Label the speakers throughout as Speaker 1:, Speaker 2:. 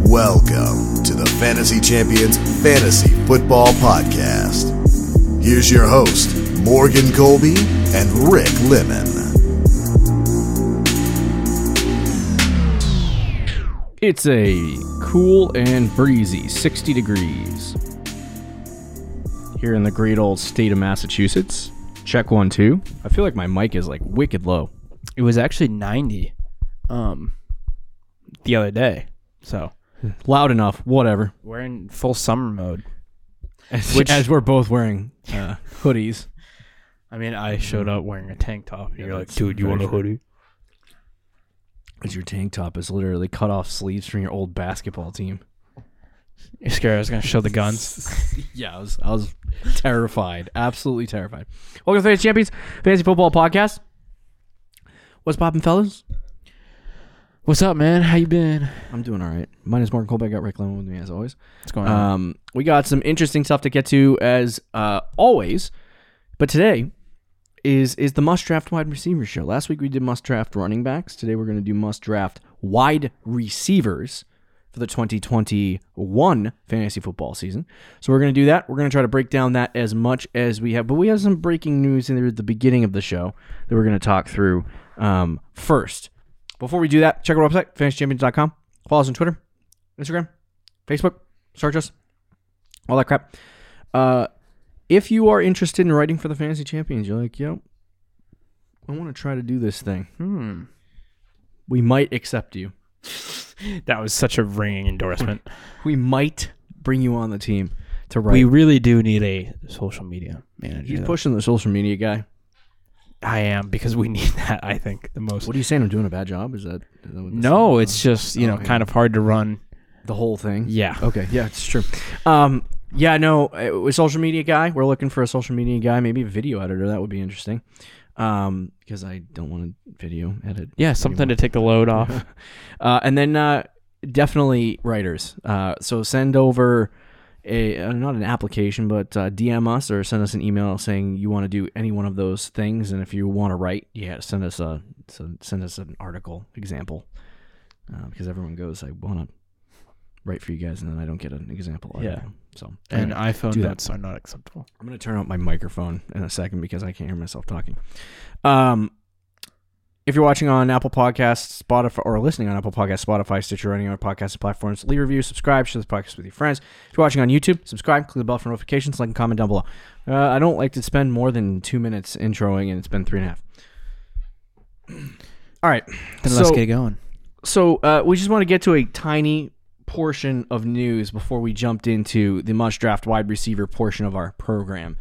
Speaker 1: Welcome to the Fantasy Champions Fantasy Football Podcast. Here's your host, Morgan Colby and Rick Lemon.
Speaker 2: It's a cool and breezy 60 degrees here in the great old state of Massachusetts. Check one, two. I feel like my mic is like wicked low.
Speaker 3: it was actually 90 um the other day so
Speaker 2: Loud enough, whatever.
Speaker 3: we're in full summer mode
Speaker 2: As, as we're both wearing uh, hoodies.
Speaker 3: i mean i showed up wearing a tank top you're like
Speaker 2: dude, you want a hoodie? Because your tank top is literally cut off sleeves from your old basketball team.
Speaker 3: you're scared i was gonna show the guns
Speaker 2: yeah, I was, I was terrified. Absolutely terrified. Welcome to Fantasy Champions, Fantasy Football Podcast. What's poppin', fellas?
Speaker 3: what's up man how you been
Speaker 2: I'm doing all right. Mine is Mark Colbeck. Got Rick Lemon with me as always.
Speaker 3: what's going on
Speaker 2: Um, we got some interesting stuff to get to as uh, always, but today is is the must draft wide receiver show. Last week we did must draft running backs. Today we're going to do must draft wide receivers for the 2021 fantasy football season. So we're going to do that. We're going to try to break down that as much as we have, but we have some breaking news in there at the beginning of the show that we're going to talk through um, first. Before we do that, check our website, fantasychampions.com. Follow us on Twitter, Instagram, Facebook, search us, all that crap. Uh, if you are interested in writing for the Fantasy Champions, you're like, yo, I want to try to do this thing.
Speaker 3: hmm.
Speaker 2: We might accept you.
Speaker 3: that was such a ringing endorsement
Speaker 2: We might bring you on the team to write.
Speaker 3: we really do need a social media manager
Speaker 2: He's
Speaker 3: though.
Speaker 2: pushing the social media guy.
Speaker 3: i am because we need that i think the most
Speaker 2: What are you saying? I'm doing a bad job? Is that, is that what this
Speaker 3: no
Speaker 2: is?
Speaker 3: it's just you know
Speaker 2: Oh, yeah.
Speaker 3: kind of hard to run Oh,
Speaker 2: the whole thing.
Speaker 3: yeah
Speaker 2: Okay, yeah, it's true. Um, yeah, no, uh, with social media guy, we're looking for a social media guy, maybe a video editor. That would be interesting. Um, because I don't want to video edit.
Speaker 3: yeah something to take the load off
Speaker 2: Uh, and then uh, definitely writers. Uh, so send over a uh, not an application, but uh, DM us or send us an email saying you want to do any one of those things, and if you want to write, yeah, send us a send- send us an article example uh, because everyone goes, I want to write for you guys, and then I don't get an example.
Speaker 3: Yeah.
Speaker 2: article. So
Speaker 3: and
Speaker 2: anyway,
Speaker 3: iphone
Speaker 2: do that.
Speaker 3: notes are not acceptable
Speaker 2: I'm gonna turn up my microphone in a second because I can't hear myself talking. Um, if you're watching on Apple Podcasts, Spotify, or listening on Apple Podcasts, Spotify, Stitcher, or any other podcast platforms, leave a review, subscribe, share this podcast with your friends. If you're watching on YouTube, subscribe, click the bell for notifications, like and comment down below. Uh, I don't like to spend more than two minutes introing, and it's been three and a half. All right,
Speaker 3: then
Speaker 2: So-
Speaker 3: let's get going
Speaker 2: so uh, we just want to get to a tiny portion of news before we jumped into the must draft wide receiver portion of our program.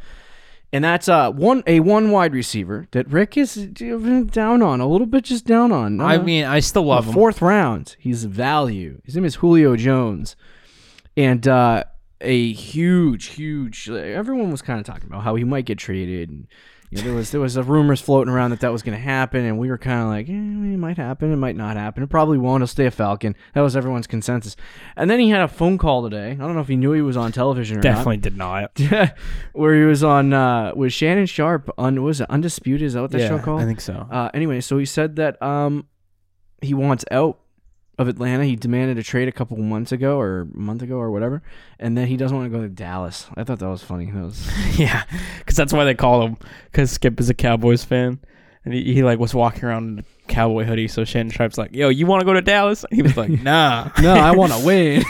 Speaker 2: And that's uh one a one wide receiver that Rick is down on a little bit, just down on.
Speaker 3: I
Speaker 2: Uh,
Speaker 3: mean, I still
Speaker 2: the
Speaker 3: love him.
Speaker 2: fourth round. He's value. His name is Julio Jones, and uh, a huge, huge. Everyone was kind of talking about how he might get traded, and you know, there was there was a rumors floating around that that was going to happen, and we were kind of like, eh, it might happen, it might not happen, it probably won't. He'll stay a Falcon. That was everyone's consensus. And then he had a phone call today. I don't know if he knew he was on television or not.
Speaker 3: Definitely did not.
Speaker 2: where he was on uh, was Shannon Sharp on what was it Undisputed? Is that what that show called?
Speaker 3: I think so.
Speaker 2: Uh, anyway, so he said that um, he wants out of Atlanta. He demanded a trade a couple months ago or a month ago or whatever, and then he doesn't want to go to Dallas. I thought that was funny. That was
Speaker 3: yeah, because that's why they call him. Because Skip is a Cowboys fan, and he, he like was walking around in a cowboy hoodie. So Shannon Sharp's like, "Yo, you want to go to Dallas?" And he was like, "Nah."
Speaker 2: no, I want to win.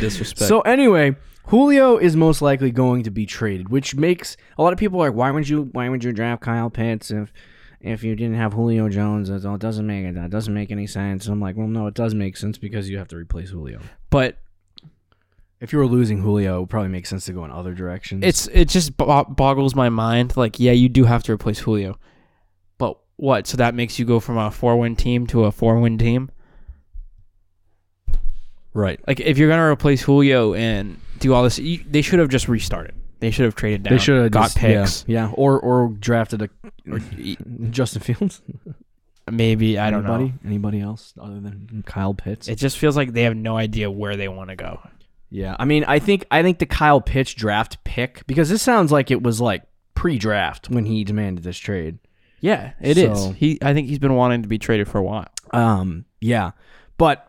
Speaker 3: Disrespect.
Speaker 2: so anyway, Julio is most likely going to be traded, which makes a lot of people are like, why would you? Why would you draft Kyle Pitts if? If you didn't have Julio Jones, that's all. it doesn't make it. That doesn't make any sense. And I'm like, well, no, it does make sense because you have to replace Julio.
Speaker 3: but
Speaker 2: If you were losing Julio, it would probably makes sense to go in other directions.
Speaker 3: it's it just bo- boggles my mind. Like, yeah, you do have to replace Julio, but what? So that makes you go from a four-win team to a four-win team.
Speaker 2: right.
Speaker 3: Like, if you're gonna replace Julio and do all this, you, they should have just restarted. They should have traded down.
Speaker 2: They should have
Speaker 3: got
Speaker 2: just-
Speaker 3: picks.
Speaker 2: Yeah, yeah. or or drafted a Justin Fields.
Speaker 3: Maybe I don't know.
Speaker 2: anybody, Anybody else other than Kyle Pitts?
Speaker 3: It just feels like they have no idea where they want to go.
Speaker 2: yeah, I mean, I think I think the Kyle Pitts draft pick because this sounds like it was like pre-draft when he demanded this trade.
Speaker 3: Yeah, it is.
Speaker 2: So-
Speaker 3: He, I think he's been wanting to be traded for a while.
Speaker 2: Um, yeah, but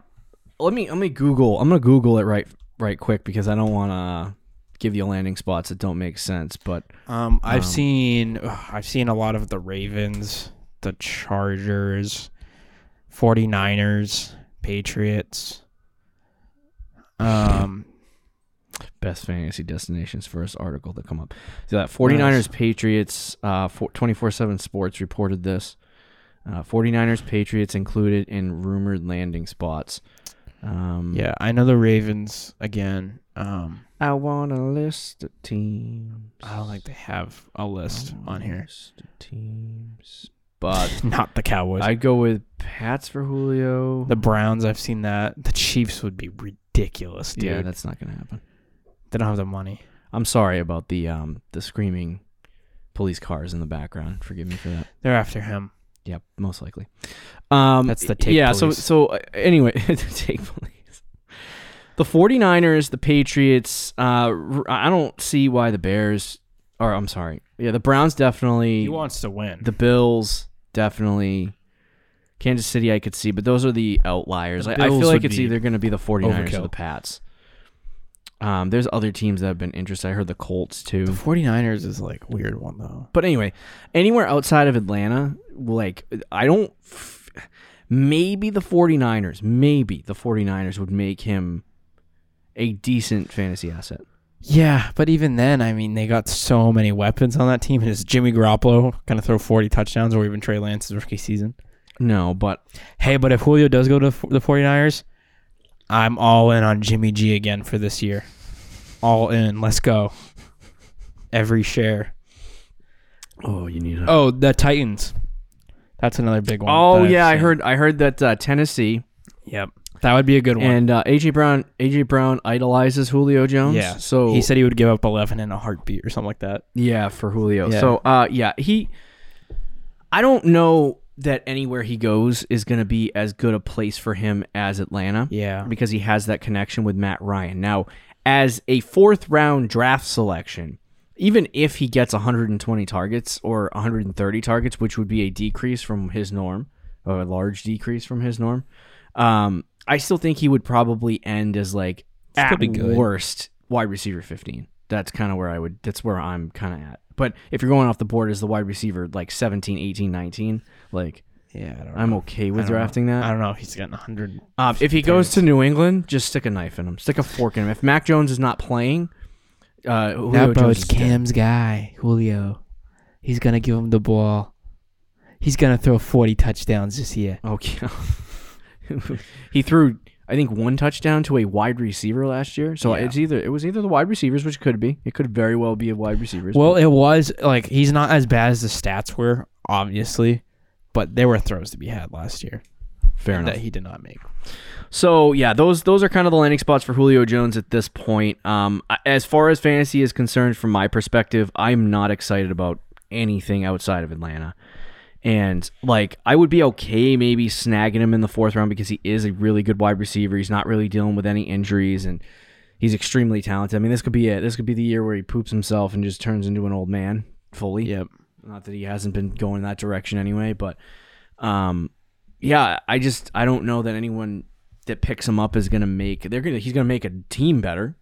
Speaker 2: let me let me Google. I'm gonna Google it right right quick because I don't want to give you landing spots that don't make sense. But
Speaker 3: Um, I've seen ugh, I've seen a lot of the Ravens, the Chargers, 49ers, Patriots. Um,
Speaker 2: best fantasy destinations first article that come up. So that 49ers Patriots uh 24/7 Sports reported this. Uh, 49ers Patriots included in rumored landing spots. Um,
Speaker 3: yeah, I know the Ravens again. Um,
Speaker 2: I want to list of teams.
Speaker 3: I don't think they have a list on here.
Speaker 2: List of teams. But
Speaker 3: Not the Cowboys.
Speaker 2: I'd go with Pats for Julio.
Speaker 3: the Browns, I've seen that. The Chiefs would be ridiculous, dude.
Speaker 2: yeah, that's not going to happen.
Speaker 3: they don't have the money.
Speaker 2: I'm sorry about the um the screaming police cars in the background. Forgive me for that.
Speaker 3: They're after him.
Speaker 2: Yeah, most likely. Um,
Speaker 3: That's the take
Speaker 2: Yeah. So
Speaker 3: police.
Speaker 2: so uh, anyway, the take police. The 49ers, the Patriots. Uh, r- I don't see why the Bears. Or I'm sorry. Yeah, the Browns definitely.
Speaker 3: He wants to win.
Speaker 2: the Bills definitely. Kansas City, I could see, but those are the outliers.
Speaker 3: The
Speaker 2: I, I feel
Speaker 3: Bills
Speaker 2: like
Speaker 3: would
Speaker 2: it's
Speaker 3: be
Speaker 2: either going to be the 49ers or
Speaker 3: overkill.
Speaker 2: the Pats. Um, there's other teams that have been interested. I heard the Colts too.
Speaker 3: the 49ers is like a weird one though.
Speaker 2: But anyway, anywhere outside of Atlanta, like I don't f- maybe the 49ers, maybe the 49ers would make him a decent fantasy asset.
Speaker 3: Yeah, but even then, I mean, they got so many weapons on that team. And is Jimmy Garoppolo going to throw 40 touchdowns or even Trey Lance's rookie season?
Speaker 2: No, but
Speaker 3: Hey, but if Julio does go to f- the 49ers, I'm all in on Jimmy G again for this year. All in. Let's go. Every share.
Speaker 2: oh, you need a-
Speaker 3: Oh, the Titans. That's another big one.
Speaker 2: Oh
Speaker 3: that I've
Speaker 2: yeah, I
Speaker 3: seen.
Speaker 2: heard I heard that uh, Tennessee
Speaker 3: Yep. That would be a good one.
Speaker 2: and uh, AJ Brown AJ Brown idolizes Julio Jones.
Speaker 3: yeah.
Speaker 2: so
Speaker 3: he said he would give up 11 in a heartbeat or something like that.
Speaker 2: Yeah, for Julio.
Speaker 3: Yeah.
Speaker 2: So, uh, yeah, he. I don't know that anywhere he goes is going to be as good a place for him as Atlanta.
Speaker 3: Yeah.
Speaker 2: because he has that connection with Matt Ryan. Now, as a fourth round draft selection, even if he gets 120 targets or 130 targets, which would be a decrease from his norm, or a large decrease from his norm, um, I still think he would probably end as like
Speaker 3: Still
Speaker 2: at
Speaker 3: be good.
Speaker 2: worst wide receiver 15. That's kind of where I would that's where I'm kind of at. But if you're going off the board as the wide receiver like 17, 18, 19, like
Speaker 3: Yeah, I don't
Speaker 2: I'm okay with
Speaker 3: I don't know.
Speaker 2: drafting that.
Speaker 3: I don't know. He's getting 100.
Speaker 2: Um, if he goes to New England, just stick a knife in him. Stick a fork in him. If Mac Jones is not playing, uh, Julio
Speaker 3: That bro
Speaker 2: Jones
Speaker 3: is
Speaker 2: is dead.
Speaker 3: Cam's guy, Julio. He's gonna give him the ball. He's gonna throw forty touchdowns this year.
Speaker 2: Okay. Oh, he threw, I think, one touchdown to a wide receiver last year. So
Speaker 3: Yeah.
Speaker 2: it's either it was either the wide receivers, which could be, it could very well be a wide receivers.
Speaker 3: Well, it was like he's not as bad as the stats were, obviously, but there were throws to be had last year
Speaker 2: fair enough.
Speaker 3: that he did not make.
Speaker 2: uh, So yeah, those those are kind of the landing spots for Julio Jones at this point. Um, I- as far as fantasy is concerned, from my perspective, I'm not excited about anything outside of Atlanta. And like, I would be okay maybe snagging him in the fourth round because he is a really good wide receiver. He's not really dealing with any injuries, and he's extremely talented. I mean, this could be it. This could be the year where he poops himself and just turns into an old man fully.
Speaker 3: Yep.
Speaker 2: Not that he hasn't been going that direction anyway, but um, yeah, I just I don't know that anyone that picks him up is gonna make they're gonna he's gonna make a team better,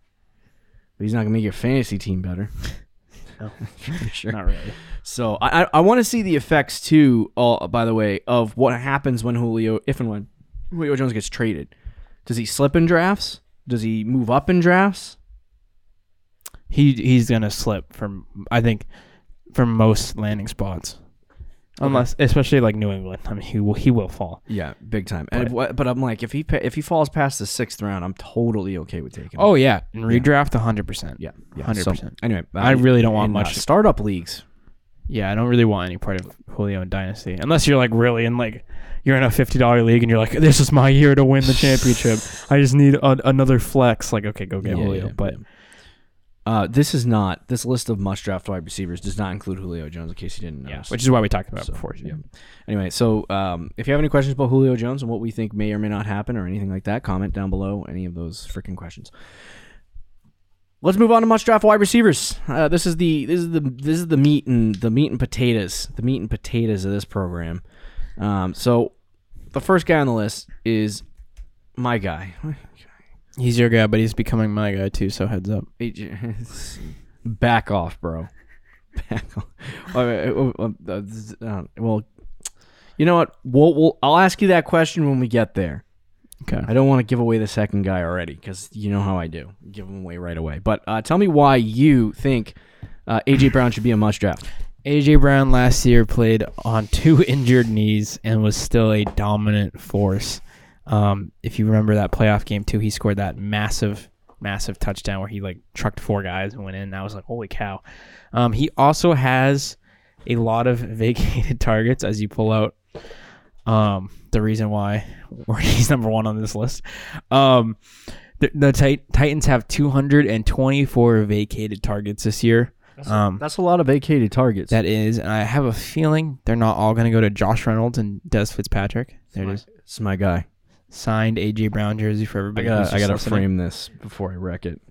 Speaker 2: but he's not gonna make your fantasy team better.
Speaker 3: No.
Speaker 2: For sure.
Speaker 3: Oh, Not really.
Speaker 2: So I I, I want to see the effects too. All by the way of what happens when Julio if and when Julio Jones gets traded, does he slip in drafts? Does he move up in drafts?
Speaker 3: He he's gonna slip from I think from most landing spots, unless especially like New England. I mean, he will he will fall.
Speaker 2: Yeah, big time. And but, but I'm like, if he pa- if he falls past the sixth round, I'm totally okay with taking. him.
Speaker 3: Oh yeah, and redraft hundred percent.
Speaker 2: Yeah, yeah.
Speaker 3: hundred
Speaker 2: So,
Speaker 3: percent.
Speaker 2: anyway,
Speaker 3: I really don't want
Speaker 2: in, uh,
Speaker 3: much
Speaker 2: startup leagues.
Speaker 3: Yeah, I don't really want any part of Julio and Dynasty unless you're like really in like you're in a fifty dollar league and you're like this is my year to win the championship. I just need a, another flex. Like okay, go get
Speaker 2: Yeah,
Speaker 3: Julio.
Speaker 2: yeah,
Speaker 3: but
Speaker 2: Uh, this is not this list of must draft wide receivers does not include Julio Jones. In case you didn't know,
Speaker 3: yeah, which is why we talked about
Speaker 2: So,
Speaker 3: it before.
Speaker 2: yeah. anyway, so um, if you have any questions about Julio Jones and what we think may or may not happen or anything like that, comment down below any of those freaking questions. Let's move on to must draft wide receivers. Uh, this is the this is the this is the meat and the meat and potatoes the meat and potatoes of this program. Um, so the first guy on the list is my guy.
Speaker 3: He's your guy, but he's becoming my guy too. So heads up.
Speaker 2: AJ, back off, bro. Back off. All right, uh, uh, uh, z- uh, well, you know what? We'll, we'll, I'll ask you that question when we get there.
Speaker 3: Okay.
Speaker 2: I don't want to give away the second guy already because you know how I do. Give him away right away. But uh, tell me why you think uh, AJ Brown should be a must draft.
Speaker 3: AJ Brown last year played on two injured knees and was still a dominant force. Um, if you remember that playoff game too, he scored that massive, massive touchdown where he like trucked four guys and went in. And I was like, holy cow. Um, he also has a lot of vacated targets as you pull out um, the reason why he's number one on this list. Um, the the tit- Titans have 224 vacated targets this year. Um,
Speaker 2: That's a lot of vacated targets.
Speaker 3: that is, and I have a feeling they're not all going to go to Josh Reynolds and Des Fitzpatrick. There it is.
Speaker 2: It's my guy.
Speaker 3: Signed AJ Brown jersey for
Speaker 2: I
Speaker 3: everybody. who's
Speaker 2: gotta, I
Speaker 3: just
Speaker 2: gotta
Speaker 3: listening.
Speaker 2: frame this before I wreck it.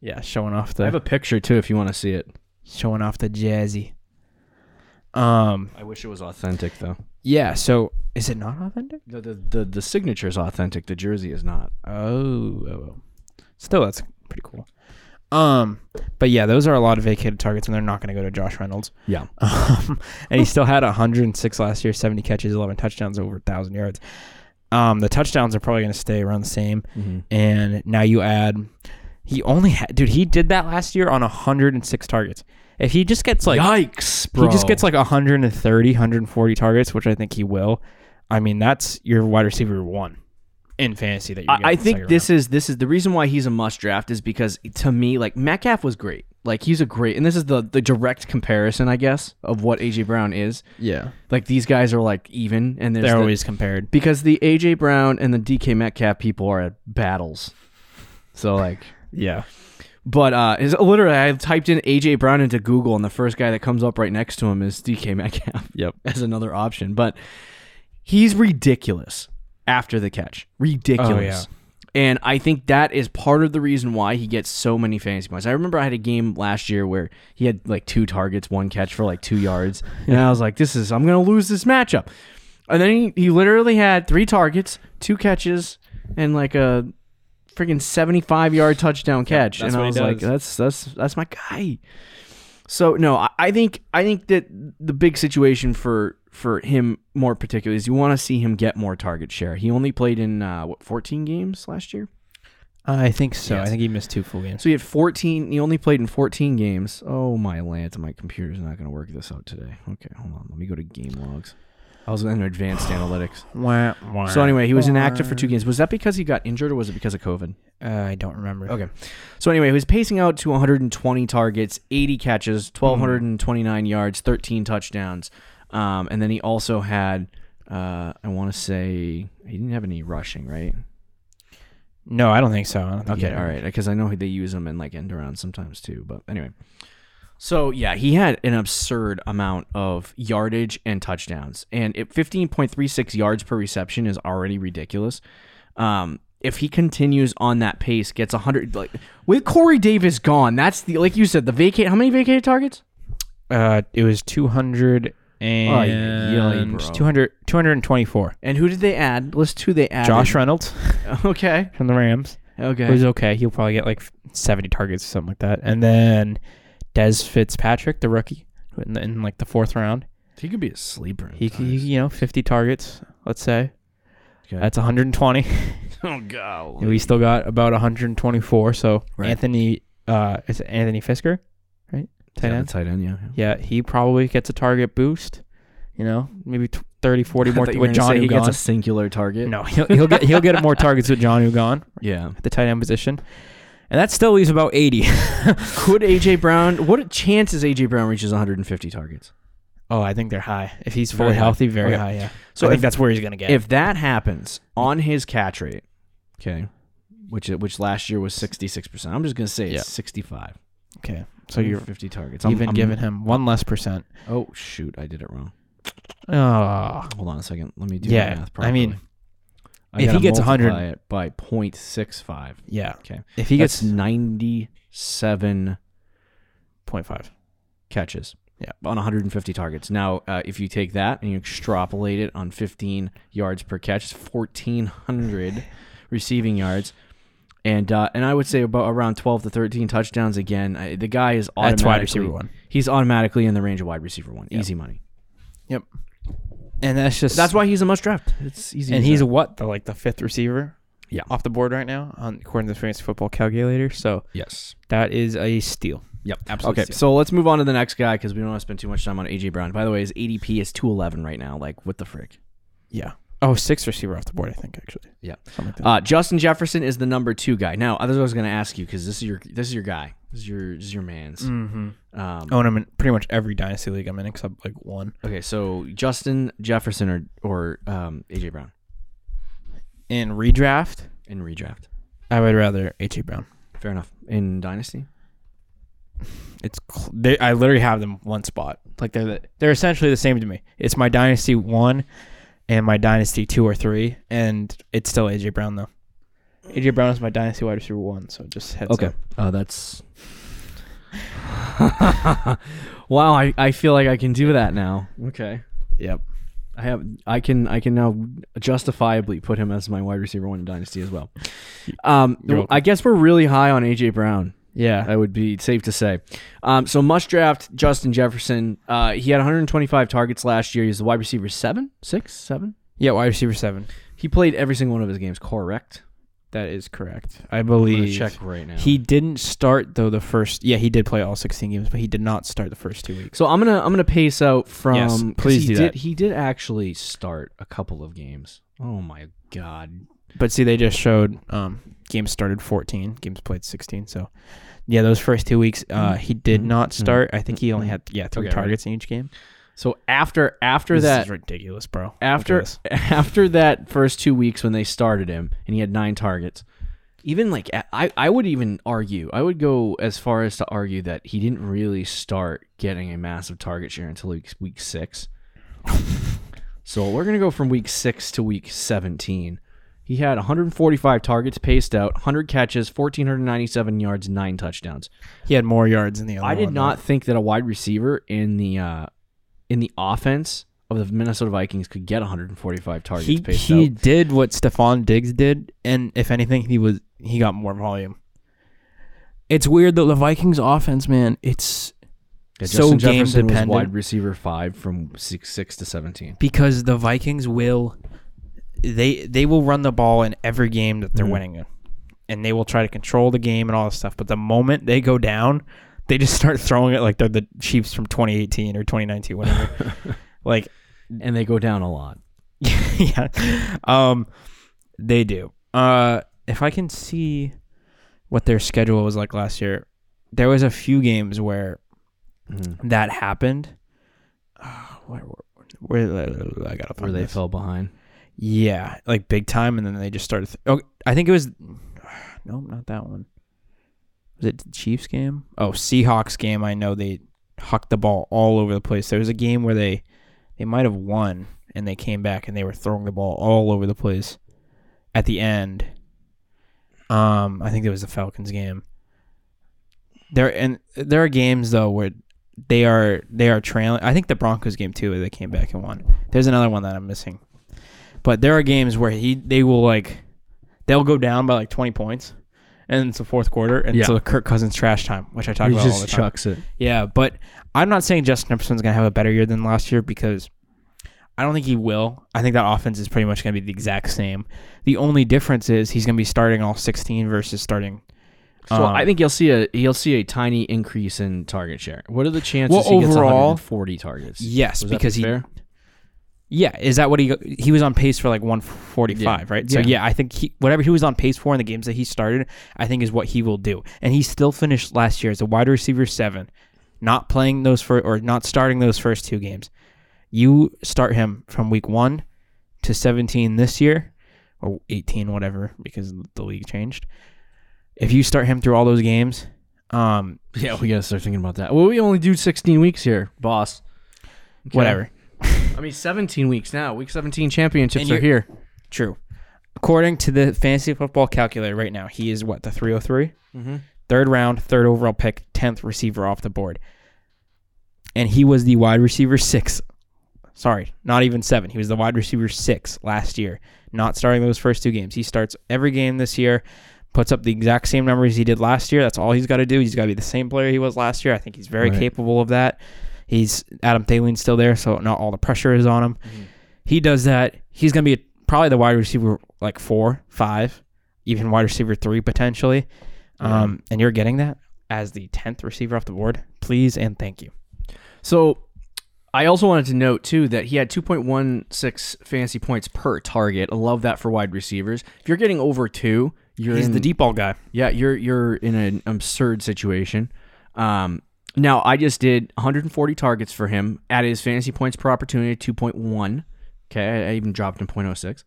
Speaker 3: Yeah, showing off
Speaker 2: I
Speaker 3: the
Speaker 2: have a picture too if you want to see it.
Speaker 3: showing off the jazzy. Um.
Speaker 2: I wish it was authentic though.
Speaker 3: Yeah. So is it not authentic?
Speaker 2: The the the, the signature is authentic. The jersey is not.
Speaker 3: Oh, oh, oh. Still, that's pretty cool. Um. But yeah, those are a lot of vacated targets, and they're not going to go to Josh Reynolds.
Speaker 2: Yeah.
Speaker 3: Um, and he still had 106 last year, 70 catches, 11 touchdowns, over 1,000 yards. Um, the touchdowns are probably going to stay around the same.
Speaker 2: Mm-hmm.
Speaker 3: And now you add, he only had, dude, he did that last year on 106 targets. If he just gets like,
Speaker 2: Yikes,
Speaker 3: he just gets like 130, 140 targets, which I think he will, I mean, that's your wide receiver one in fantasy that you're getting
Speaker 2: I, I
Speaker 3: in the
Speaker 2: think
Speaker 3: second
Speaker 2: this is this is the reason why he's a must draft is because to me like Metcalf was great. Like he's a great, and this is the the direct comparison, I guess, of what AJ Brown is.
Speaker 3: round. Yeah.
Speaker 2: Like these guys are like even, and there's
Speaker 3: They're
Speaker 2: the-
Speaker 3: always compared.
Speaker 2: because the AJ Brown and the DK Metcalf people are at battles. So like,
Speaker 3: Yeah.
Speaker 2: But uh, is literally, I typed in AJ Brown into Google, and the first guy that comes up right next to him is DK Metcalf.
Speaker 3: Yep.
Speaker 2: as another option, but he's ridiculous after the catch, ridiculous. And I think that is part of the reason why he gets so many fantasy points. I remember I had a game last year where he had like two targets, one catch for like two yards, and I was like, "This is I'm gonna lose this matchup." And then he, he literally had three targets, two catches, and like a freaking 75 yard touchdown catch.
Speaker 3: that's
Speaker 2: and
Speaker 3: what
Speaker 2: I
Speaker 3: he
Speaker 2: was like,
Speaker 3: does.
Speaker 2: that's that's that's my guy. So no, I, I think I think that the big situation for for him more particularly is you want to see him get more target share. He only played in uh, what 14 games last year,
Speaker 3: I think so.
Speaker 2: Yes.
Speaker 3: I think he missed two full games.
Speaker 2: so he had 14. He only played in 14 games. Oh my lance, my computer's not going to work this out today. Okay, hold on, let me go to game logs. I was in advanced analytics.
Speaker 3: Wah, wah.
Speaker 2: So anyway, he was inactive for two games. Was that because he got injured or was it because of COVID?
Speaker 3: Uh, I don't remember.
Speaker 2: Okay. So anyway, he was pacing out to 120 targets, 80 catches, 1,229 yards, 13 touchdowns, um, and then he also had, uh, I want to say, he didn't have any rushing, right?
Speaker 3: No, I don't think so. I don't think he
Speaker 2: Okay,
Speaker 3: did.
Speaker 2: all right, because I know they use him in like end around sometimes too. But anyway, so yeah, he had an absurd amount of yardage and touchdowns, and it 15.36 yards per reception is already ridiculous. Um, if he continues on that pace, gets 100 like with Corey Davis gone, that's the like you said the vacate. How many vacated targets?
Speaker 3: Uh, it was 200 and
Speaker 2: Ay, Oh, bro.
Speaker 3: 200, 224.
Speaker 2: And who did they add? List two they added.
Speaker 3: Josh Reynolds
Speaker 2: Okay.
Speaker 3: from the Rams
Speaker 2: Okay.
Speaker 3: was okay. He'll probably get like 70 targets or something like that. And then Des Fitzpatrick, the rookie, in, the, in like the fourth round,
Speaker 2: he could be a sleeper.
Speaker 3: he, he you know 50 targets, let's say.
Speaker 2: Okay.
Speaker 3: That's 120.
Speaker 2: oh god.
Speaker 3: And we still got about 124. So
Speaker 2: Right.
Speaker 3: Anthony, uh, is it Anthony Fisker, right? Tight
Speaker 2: Yeah,
Speaker 3: end.
Speaker 2: tight end. Yeah.
Speaker 3: Yeah, he probably gets a target boost. You know, maybe t- 30, 40
Speaker 2: I
Speaker 3: more
Speaker 2: thought you were
Speaker 3: with
Speaker 2: gonna
Speaker 3: John
Speaker 2: say he
Speaker 3: Ugon.
Speaker 2: gets a singular target.
Speaker 3: no, he'll, he'll get he'll get more targets with John Ugon
Speaker 2: Yeah.
Speaker 3: at the tight end position, and that still leaves about eighty.
Speaker 2: Could AJ Brown? What chance is AJ Brown reaches 150 targets?
Speaker 3: oh, I think they're high. If he's fully
Speaker 2: Very high.
Speaker 3: healthy, very
Speaker 2: Okay.
Speaker 3: high. Yeah.
Speaker 2: So
Speaker 3: So I think
Speaker 2: if-
Speaker 3: that's where he's gonna get.
Speaker 2: If that happens on his catch rate, okay, which which last year was 66 percent. I'm just gonna say it's
Speaker 3: Yeah.
Speaker 2: 65.
Speaker 3: okay, so you're
Speaker 2: 50 targets. I'm-
Speaker 3: even
Speaker 2: I'm-
Speaker 3: giving him one less percent.
Speaker 2: Oh shoot, I did it wrong.
Speaker 3: Oh,
Speaker 2: Hold on a second. Let me do the
Speaker 3: Yeah,
Speaker 2: math
Speaker 3: I mean,
Speaker 2: properly. I
Speaker 3: if he
Speaker 2: gotta
Speaker 3: gets 100
Speaker 2: multiply it by 0.65.
Speaker 3: yeah.
Speaker 2: Okay,
Speaker 3: If he
Speaker 2: That's
Speaker 3: gets
Speaker 2: 97
Speaker 3: point five,
Speaker 2: catches.
Speaker 3: Yeah.
Speaker 2: on 150 targets. Now, uh, if you take that and you extrapolate it on 15 yards per catch, it's 1,400 receiving yards. And uh, and I would say about around 12 to 13 touchdowns again. I, the guy is automatically
Speaker 3: That's wide receiver one.
Speaker 2: He's automatically in the range of wide receiver one. Easy money.
Speaker 3: Yep. And that's just
Speaker 2: That's why he's a must draft. It's easy.
Speaker 3: and
Speaker 2: to
Speaker 3: he's
Speaker 2: draft.
Speaker 3: what the like the fifth receiver
Speaker 2: Yeah.
Speaker 3: off the board right now on according to the fantasy football calculator so
Speaker 2: yes.
Speaker 3: that is a steal
Speaker 2: Yep.
Speaker 3: Absolute
Speaker 2: Okay,
Speaker 3: steal.
Speaker 2: so let's move on to the next guy because we don't want to spend too much time on AJ Brown. By the way, his ADP is 211 right now. Like, what the frick?
Speaker 3: yeah oh sixth receiver off the board i think actually
Speaker 2: Yeah.
Speaker 3: something like that
Speaker 2: Uh, Justin Jefferson is the number two guy. Now, that's what I was going to ask you because this is your this is your guy. This is your this is your man's.
Speaker 3: mm-hmm.
Speaker 2: Um,
Speaker 3: own him in pretty much every dynasty league i'm in except like one
Speaker 2: Okay, so Justin Jefferson or or um, AJ Brown
Speaker 3: in redraft
Speaker 2: in redraft.
Speaker 3: i would rather aj brown
Speaker 2: Fair enough. In dynasty,
Speaker 3: it's cl- they, i literally have them one spot like they're the, they're essentially the same to me it's my dynasty one and my dynasty two or three and it's still aj brown though aj brown is my dynasty wide receiver one so just heads up.
Speaker 2: Uh, that's. wow, I, I feel like I can do that now. Okay,
Speaker 3: yep
Speaker 2: I have I can I can now justifiably put him as my wide receiver one in dynasty as well. Um,
Speaker 3: You're welcome.
Speaker 2: I guess we're really high on AJ Brown.
Speaker 3: yeah
Speaker 2: I would be safe to say. Um, so must draft Justin Jefferson. Uh, he had 125 targets last year. He's the wide receiver seven, six, seven.
Speaker 3: Yeah, wide receiver seven.
Speaker 2: He played every single one of his games. Correct.
Speaker 3: That is correct. I
Speaker 2: I'm gonna
Speaker 3: believe.
Speaker 2: check right now.
Speaker 3: He didn't start though the first. Yeah, he did play all sixteen games, but he did not start the first two weeks.
Speaker 2: so I'm gonna I'm gonna pace out from.
Speaker 3: Yes,
Speaker 2: 'cause
Speaker 3: please
Speaker 2: he
Speaker 3: do
Speaker 2: did,
Speaker 3: that.
Speaker 2: He did actually start a couple of games. Oh my god.
Speaker 3: But see, they just showed um, games started fourteen, games played sixteen. So, yeah, those first two weeks, uh, he did
Speaker 2: Mhm.
Speaker 3: not
Speaker 2: Mhm.
Speaker 3: start. I think he only had yeah three
Speaker 2: Okay, right.
Speaker 3: targets in each game.
Speaker 2: So after after
Speaker 3: this
Speaker 2: that
Speaker 3: is ridiculous, bro. Look at
Speaker 2: after
Speaker 3: this.
Speaker 2: after that first two weeks when they started him and he had nine targets even like I, I would even argue i would go as far as to argue that he didn't really start getting a massive target share until like week six so we're going to go from week six to week 17 he had 145 targets paced out 100 catches 1497 yards 9 touchdowns
Speaker 3: he had more yards than the other.
Speaker 2: I did
Speaker 3: one,
Speaker 2: not think that a wide receiver in the uh, in the offense of the Minnesota Vikings could get 145
Speaker 3: though.
Speaker 2: targets.
Speaker 3: He
Speaker 2: paced
Speaker 3: he
Speaker 2: out.
Speaker 3: did what Stephon Diggs did, and if anything, he was he got more volume. It's weird though. The Vikings offense, man, it's
Speaker 2: Yeah,
Speaker 3: so
Speaker 2: Justin
Speaker 3: game
Speaker 2: Jefferson was
Speaker 3: dependent.
Speaker 2: wide receiver five from six six to 17.
Speaker 3: because the Vikings will they they will run the ball in every game that they're
Speaker 2: Mhm.
Speaker 3: winning in. And they will try to control the game and all this stuff. But the moment they go down, they just start throwing it like they're the Chiefs from 2018 or 2019, whatever. like,
Speaker 2: and they go down a lot.
Speaker 3: yeah, um, they do. Uh, if I can see what their schedule was like last year, there was a few games where that happened. Uh, where, where, where I gotta
Speaker 2: Where
Speaker 3: find
Speaker 2: they
Speaker 3: this.
Speaker 2: fell behind.
Speaker 3: Yeah, like big time, and then they just started. Th- oh, I think it was. No, not that one. Was it the Chiefs game? Oh, Seahawks game. I know they hucked the ball all over the place. There was a game where they they might have won, and they came back and they were throwing the ball all over the place at the end. Um, I think it was the Falcons game. There and there are games though where they are they are trailing. I think the Broncos game too. where They came back and won. There's another one that I'm missing. But there are games where he they will like they'll go down by like 20 points, and it's the fourth quarter, and it's
Speaker 2: Yeah.
Speaker 3: a Kirk Cousins trash time, which I talk
Speaker 2: He
Speaker 3: about all
Speaker 2: just
Speaker 3: the time.
Speaker 2: chucks it.
Speaker 3: Yeah, but I'm not saying Justin Jefferson's gonna have a better year than last year because I don't think he will. I think that offense is pretty much gonna be the exact same. The only difference is he's gonna be starting all 16 versus starting.
Speaker 2: So
Speaker 3: um,
Speaker 2: I think you'll see a you'll see a tiny increase in target share. What are the chances
Speaker 3: Well,
Speaker 2: he gets
Speaker 3: overall-
Speaker 2: 140 targets?
Speaker 3: yes
Speaker 2: Would that be
Speaker 3: because he
Speaker 2: fair?
Speaker 3: yeah is that what he go- he was on pace for like 145
Speaker 2: Yeah.
Speaker 3: right so
Speaker 2: Yeah.
Speaker 3: yeah. I think he whatever he was on pace for in the games that he started I think is what he will do and he still finished last year as a wide receiver seven, not playing those for or not starting those first two games. you start him from week one to 17 this year or 18 whatever because the league changed if you start him through all those games um
Speaker 2: Yeah, we gotta start thinking about that. Well, we only do 16 weeks here, boss. Okay.
Speaker 3: whatever
Speaker 2: I mean, 17 weeks now. Week 17 championships
Speaker 3: And
Speaker 2: are
Speaker 3: you're-
Speaker 2: here.
Speaker 3: true according to the fantasy football calculator right now he is what the 303
Speaker 2: Mm-hmm.
Speaker 3: third round third overall pick 10th receiver off the board and he was the wide receiver six Sorry, not even seven. He was the wide receiver six last year, not starting those first two games. He starts every game this year, puts up the exact same numbers he did last year. That's all he's got to do. He's got to be the same player he was last year. I think he's very
Speaker 2: Right.
Speaker 3: capable of that. He's Adam Thielen's still there, so not all the pressure is on him. He does that. He's going to be probably the wide receiver like four, five, even wide receiver three potentially. Um, and you're getting that as the tenth receiver off the board. Please and thank you.
Speaker 2: So I also wanted to note too that he had 2.16 fantasy points per target. I love that for wide receivers. If you're getting over two, you're
Speaker 3: He's
Speaker 2: in,
Speaker 3: the deep ball guy.
Speaker 2: Yeah, you're you're in an absurd situation. Um, now I just did 140 targets for him at his fantasy points per opportunity 2.1. Okay, I- I even dropped him 0.06,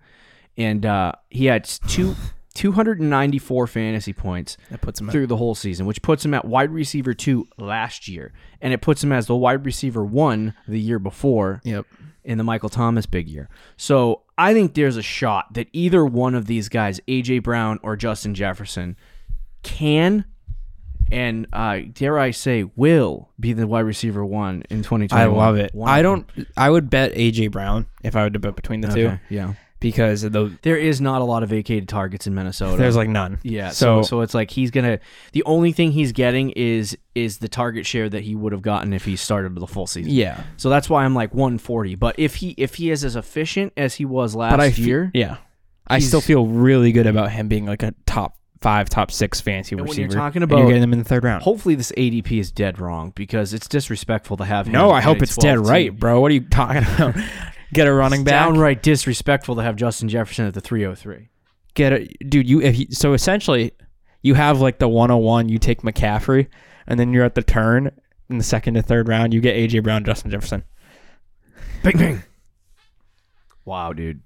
Speaker 2: and uh, he had two 294 fantasy points
Speaker 3: That puts him at
Speaker 2: through the whole season, which puts him at wide receiver two last year, and it puts him as the wide receiver one the year before
Speaker 3: Yep.
Speaker 2: in the Michael Thomas big year. So I think there's a shot that either one of these guys, AJ Brown or Justin Jefferson, can and uh, dare I say will be the wide receiver one in 2021.
Speaker 3: I love it.
Speaker 2: One
Speaker 3: I
Speaker 2: of
Speaker 3: don't. I would bet AJ Brown if I would to bet between the
Speaker 2: them.
Speaker 3: two
Speaker 2: Okay, Yeah,
Speaker 3: because of the
Speaker 2: there is not a lot of vacated targets in Minnesota.
Speaker 3: there's like none.
Speaker 2: Yeah. So,
Speaker 3: So,
Speaker 2: so it's like he's gonna. The only thing he's getting is is the target share that he would have gotten if he started the full season.
Speaker 3: yeah.
Speaker 2: So that's why I'm like 140. But if he if he is as efficient as he was last
Speaker 3: But I fe-
Speaker 2: year,
Speaker 3: yeah. I still
Speaker 2: He's-
Speaker 3: feel really good about him being like a top five, top six fancy
Speaker 2: when
Speaker 3: receiver.
Speaker 2: you're talking
Speaker 3: and
Speaker 2: about-
Speaker 3: you're getting him in the third round.
Speaker 2: hopefully this ADP is dead wrong because it's disrespectful to have him.
Speaker 3: no, I
Speaker 2: at
Speaker 3: hope
Speaker 2: a
Speaker 3: it's dead
Speaker 2: 12
Speaker 3: right,
Speaker 2: team.
Speaker 3: bro. What are you talking about? Get a running
Speaker 2: It's
Speaker 3: back.
Speaker 2: downright disrespectful to have Justin Jefferson at the 303.
Speaker 3: get a dude. You if you, so essentially, you have like the 101. You take McCaffrey, and then you're at the turn in the second to third round. You get AJ Brown, Justin Jefferson.
Speaker 2: Bing bing. Wow, dude.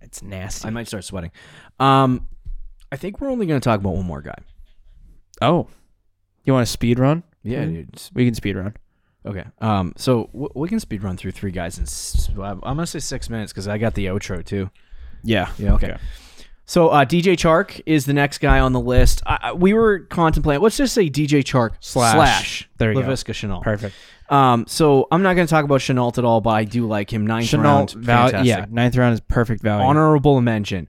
Speaker 3: It's nasty.
Speaker 2: I might start sweating. Um I think we're only going to talk about one more guy.
Speaker 3: oh, you want a speed run?
Speaker 2: Yeah,
Speaker 3: Mhm.
Speaker 2: dude. It's-
Speaker 3: We can speed run.
Speaker 2: Okay. Um so w- we can speed run through three guys in s- I'm going to say 6 minutes cuz I got the outro too.
Speaker 3: Yeah.
Speaker 2: Yeah, okay. So uh, DJ Chark is the next guy on the list. I, I, we were contemplating. Let's just say DJ Chark
Speaker 3: Slash.
Speaker 2: slash
Speaker 3: There you go.
Speaker 2: LaVisca Chenault.
Speaker 3: Perfect.
Speaker 2: Um, so I'm not going to talk about Chenault at all, but I do like him. Ninth
Speaker 3: Chenault,
Speaker 2: round,
Speaker 3: val-
Speaker 2: fantastic.
Speaker 3: yeah, ninth round is perfect value.
Speaker 2: honorable mention.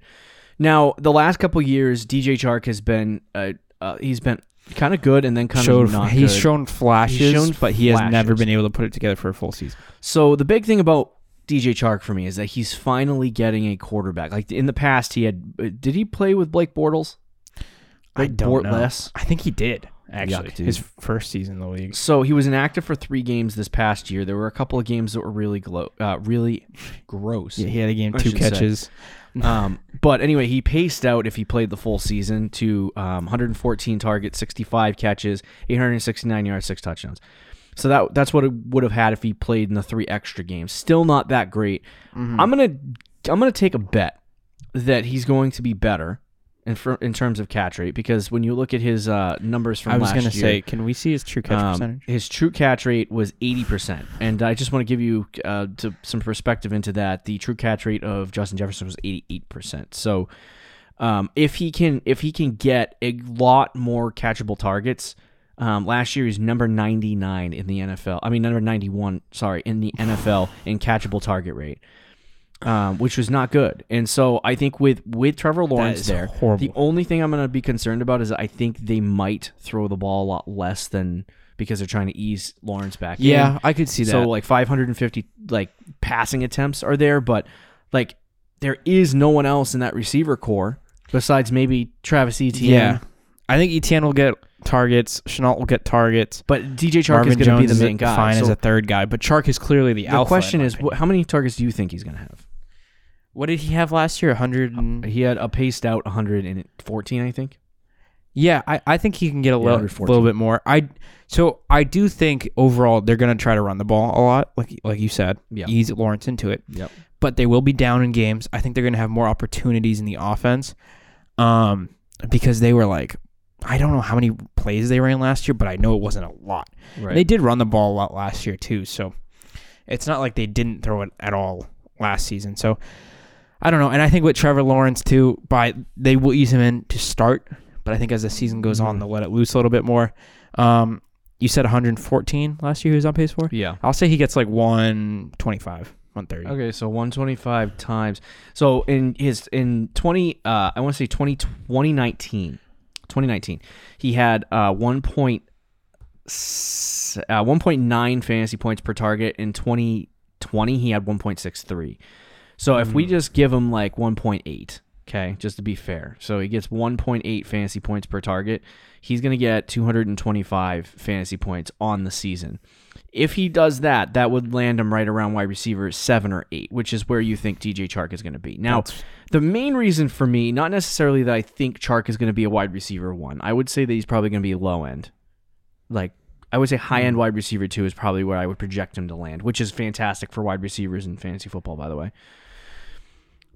Speaker 2: Now, the last couple years, DJ Chark has been uh, uh, he's been kind of good and then kind
Speaker 3: Showed,
Speaker 2: of not
Speaker 3: he's
Speaker 2: good.
Speaker 3: shown flashes,
Speaker 2: shown
Speaker 3: but he has never
Speaker 2: flashes.
Speaker 3: been able to put it together for a full season.
Speaker 2: So the big thing about DJ Chark for me is that he's finally getting a quarterback. Like in the past, he had uh, did he play with Blake Bortles?
Speaker 3: I
Speaker 2: Blake
Speaker 3: don't know.
Speaker 2: Bortles?
Speaker 3: I think he did actually.
Speaker 2: Yuck, dude.
Speaker 3: His first season in the league.
Speaker 2: So he was inactive for three games this past year. There were a couple of games that were really glo- uh, really gross.
Speaker 3: Yeah, he had a game,
Speaker 2: I
Speaker 3: two
Speaker 2: should say.
Speaker 3: catches.
Speaker 2: Um, but anyway, he paced out if he played the full season to um, 114 targets, 65 catches, 869 yards, six touchdowns. So that that's what it would have had if he played in the three extra games. Still not that great.
Speaker 3: Mm-hmm.
Speaker 2: I'm gonna I'm gonna take a bet that he's going to be better in fr- in terms of catch rate because when you look at his uh, numbers from
Speaker 3: I was
Speaker 2: last
Speaker 3: gonna
Speaker 2: year,
Speaker 3: say, can we see his true catch
Speaker 2: Um,
Speaker 3: percentage?
Speaker 2: His true catch rate was 80%. And I just want to give you uh, to some perspective into that. The true catch rate of Justin Jefferson was 88%. So um, if he can if he can get a lot more catchable targets, um, last year he's number 99 in the NFL. I mean number 91, sorry, in the NFL in catchable target rate. Um, which was not good, and so I think with with Trevor Lawrence
Speaker 3: is
Speaker 2: there,
Speaker 3: horrible.
Speaker 2: the only thing I'm going to be concerned about is I think they might throw the ball a lot less than because they're trying to ease Lawrence back. in.
Speaker 3: I could see
Speaker 2: So like 550 like passing attempts are there, but like there is no one else in that receiver core besides maybe Travis Etienne.
Speaker 3: yeah, I think Etn will get targets. Chenault will get targets.
Speaker 2: But DJ Chark
Speaker 3: Marvin
Speaker 2: is going to
Speaker 3: Jones
Speaker 2: be the
Speaker 3: is
Speaker 2: main guy.
Speaker 3: fine
Speaker 2: so
Speaker 3: as a third guy, but Chark is clearly the,
Speaker 2: the
Speaker 3: alpha.
Speaker 2: question
Speaker 3: in my
Speaker 2: is,
Speaker 3: opinion.
Speaker 2: wh- how many targets do you think he's going to have?
Speaker 3: what did he have last year? 100. and-
Speaker 2: He had a paced out 114, I think.
Speaker 3: Yeah, I, I think he can get a little,
Speaker 2: 114.
Speaker 3: little bit more. I so I do think overall they're going to try to run the ball a lot, like like you said,
Speaker 2: Yeah.
Speaker 3: ease Lawrence into it.
Speaker 2: Yep.
Speaker 3: But they will be down in games. I think they're going to have more opportunities in the offense, um, because they were like, I don't know how many plays they ran last year, but I know it wasn't a lot.
Speaker 2: Right.
Speaker 3: They did run the ball a lot last year too, so it's not like they didn't throw it at all last season. So I don't know, and I think with Trevor Lawrence too, by they will ease him in to start, but I think as the season goes
Speaker 2: Mm-hmm.
Speaker 3: on, they'll let it loose a little bit more. Um, you said 114 last year. He was on pace for.
Speaker 2: yeah.
Speaker 3: I'll say he gets like 125, 130.
Speaker 2: Okay, so 125 times. So in his in 20 uh I want to say 20 2019 2019 he had uh 1. Point, s- uh, 1.9 fantasy points per target in 2020 he had 1.63. So if we just give him like 1.8, okay, just to be fair. So he gets 1.8 fantasy points per target. He's going to get 225 fantasy points on the season. If he does that, that would land him right around wide receiver seven or eight, which is where you think DJ Chark is going to be. Now, the main reason for me, not necessarily that I think Chark is going to be a wide receiver one, I would say that he's probably going to be low end. Like, I would say high end wide receiver two is probably where I would project him to land, which is fantastic for wide receivers in fantasy football, by the way.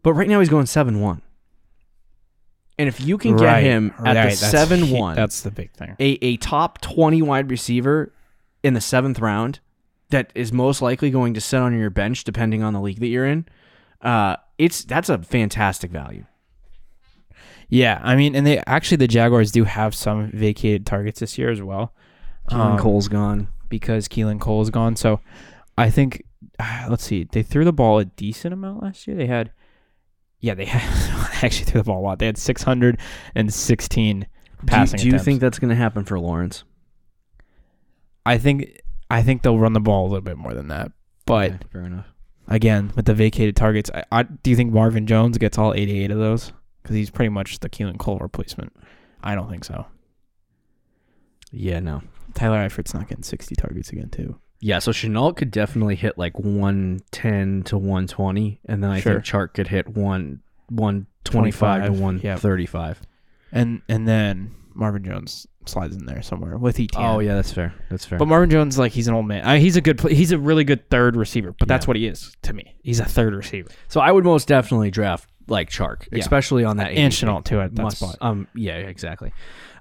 Speaker 2: But right now he's going seven one, and if you can get
Speaker 3: Right,
Speaker 2: him at
Speaker 3: right,
Speaker 2: the
Speaker 3: that's-
Speaker 2: seven one,
Speaker 3: That's the big thing.
Speaker 2: a, a top 20 wide receiver in the seventh round that is most likely going to sit on your bench depending on the league that you're in uh, it's that's a fantastic value
Speaker 3: Yeah, I mean, and they actually the Jaguars do have some vacated targets this year as well. Um,
Speaker 2: cole's gone
Speaker 3: because Keelan Cole is gone. So I think ah, let's see, they threw the ball a decent amount last year. They had, yeah, they had they actually threw the ball a lot. They had 616
Speaker 2: passing
Speaker 3: passing.
Speaker 2: do, you
Speaker 3: attempts.
Speaker 2: think that's going to happen for lawrence
Speaker 3: I think I think they'll run the ball a little bit more than that. But
Speaker 2: fair enough
Speaker 3: again, with the vacated targets, I, I do you think Marvin Jones gets all 88 of those because he's pretty much the Keelan Cole replacement. I don't think so.
Speaker 2: yeah no
Speaker 3: Tyler Eifert's not getting 60 targets again too.
Speaker 2: yeah so chenault could definitely hit like 110 to 120 and then i
Speaker 3: Sure.
Speaker 2: think chark could hit one 125 to
Speaker 3: 25, yeah.
Speaker 2: 135
Speaker 3: And and then Marvin Jones slides in there somewhere with E ETN.
Speaker 2: oh yeah that's fair that's fair
Speaker 3: But Marvin Jones, like he's an old man. I, he's a good, pl- he's a really good third receiver. But that's
Speaker 2: Yeah.
Speaker 3: what he is to me. He's a third receiver.
Speaker 2: so i would most definitely draft like chark
Speaker 3: Yeah.
Speaker 2: especially on that
Speaker 3: And
Speaker 2: 80.
Speaker 3: Chenault too at that
Speaker 2: must-
Speaker 3: spot.
Speaker 2: Um, yeah, exactly.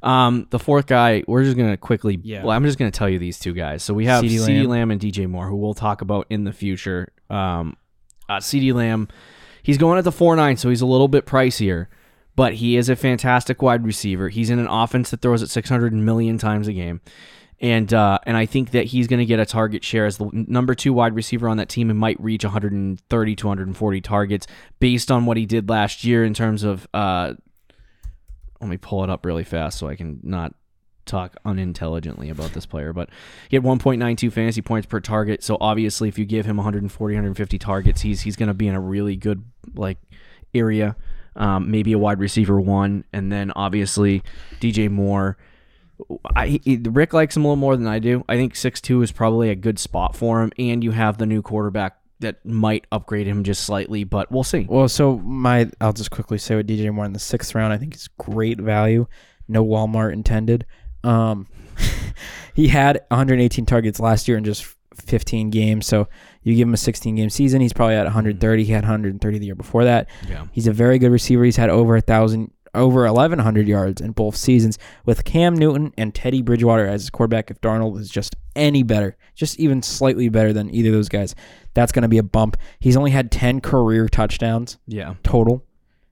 Speaker 2: Um, the fourth guy, we're just gonna quickly.
Speaker 3: Yeah.
Speaker 2: Well, I'm just gonna tell you these two guys. So we have
Speaker 3: CeeDee
Speaker 2: CD
Speaker 3: Lamb.
Speaker 2: Lamb. and DJ Moore, who we'll talk about in the future. Um, uh, CD Lamb, he's going at the four nine, so he's a little bit pricier, but he is a fantastic wide receiver. He's in an offense that throws it 600 million times a game. And uh, and I think that he's going to get a target share as the n- number two wide receiver on that team and might reach 130 to 140 targets based on what he did last year in terms of uh, let me pull it up really fast so I can not talk unintelligently about this player. But he had 1.92 fantasy points per target. So obviously, if you give him 140, 150 targets, he's he's going to be in a really good like area. Um, maybe a wide receiver one, and then obviously DJ Moore. I he- Rick likes him a little more than I do. I think six two is probably a good spot for him, and you have the new quarterback that might upgrade him just slightly, but we'll see.
Speaker 3: Well, so my, I'll just quickly say what DJ Moore in the sixth round. I think is great value. No Walmart intended. Um, he had 118 targets last year in just 15 games. So you give him a 16 game season, he's probably at 130. He had 130 the year before that.
Speaker 2: Yeah.
Speaker 3: He's a very good receiver. He's had over a thousand, over eleven hundred yards in both seasons with Cam Newton and Teddy Bridgewater as his quarterback. If Darnold is just any better, just even slightly better than either of those guys, that's going to be a bump. He's only had ten career touchdowns
Speaker 2: Yeah.
Speaker 3: total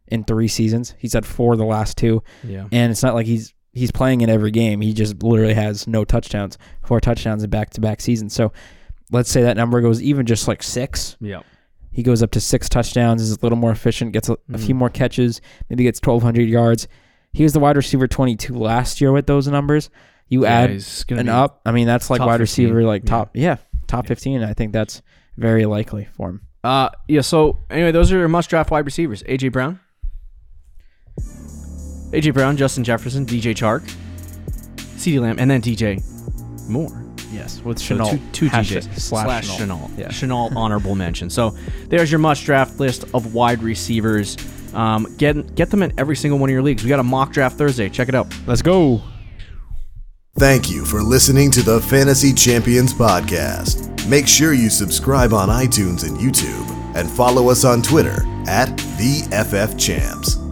Speaker 3: in three seasons. He's had four the last two,
Speaker 2: Yeah.
Speaker 3: and it's not like he's he's playing in every game. He just literally has no touchdowns, four touchdowns in back to back seasons. So. Let's say that number goes even just like six,
Speaker 2: Yeah.
Speaker 3: he goes up to six touchdowns, is a little more efficient, gets a, a
Speaker 2: Mm.
Speaker 3: few more catches, maybe gets 1,200 yards. He was the wide receiver 22 last year with those numbers. You add
Speaker 2: he's gonna
Speaker 3: an
Speaker 2: be-
Speaker 3: up, I mean, that's like
Speaker 2: top
Speaker 3: wide
Speaker 2: 15,
Speaker 3: receiver, like
Speaker 2: yeah.
Speaker 3: top, yeah, top 15. I think that's very likely for him.
Speaker 2: Uh, yeah. So anyway, those are your must draft wide receivers: AJ Brown, AJ Brown, Justin Jefferson, DJ Chark, CD Lamb, and then DJ Moore.
Speaker 3: Yes, with
Speaker 2: So
Speaker 3: Chenault.
Speaker 2: two, two
Speaker 3: Hashtag
Speaker 2: DJs
Speaker 3: Slash,
Speaker 2: slash
Speaker 3: Chenault.
Speaker 2: Chenault.
Speaker 3: Yeah.
Speaker 2: Chenault honorable mention. So there's your must draft list of wide receivers. Um, get get them in every single one of your leagues. We got a mock draft Thursday. Check it out.
Speaker 3: Let's go.
Speaker 1: Thank you for listening to the Fantasy Champions Podcast. Make sure you subscribe on iTunes and YouTube and follow us on Twitter at the FF Champs.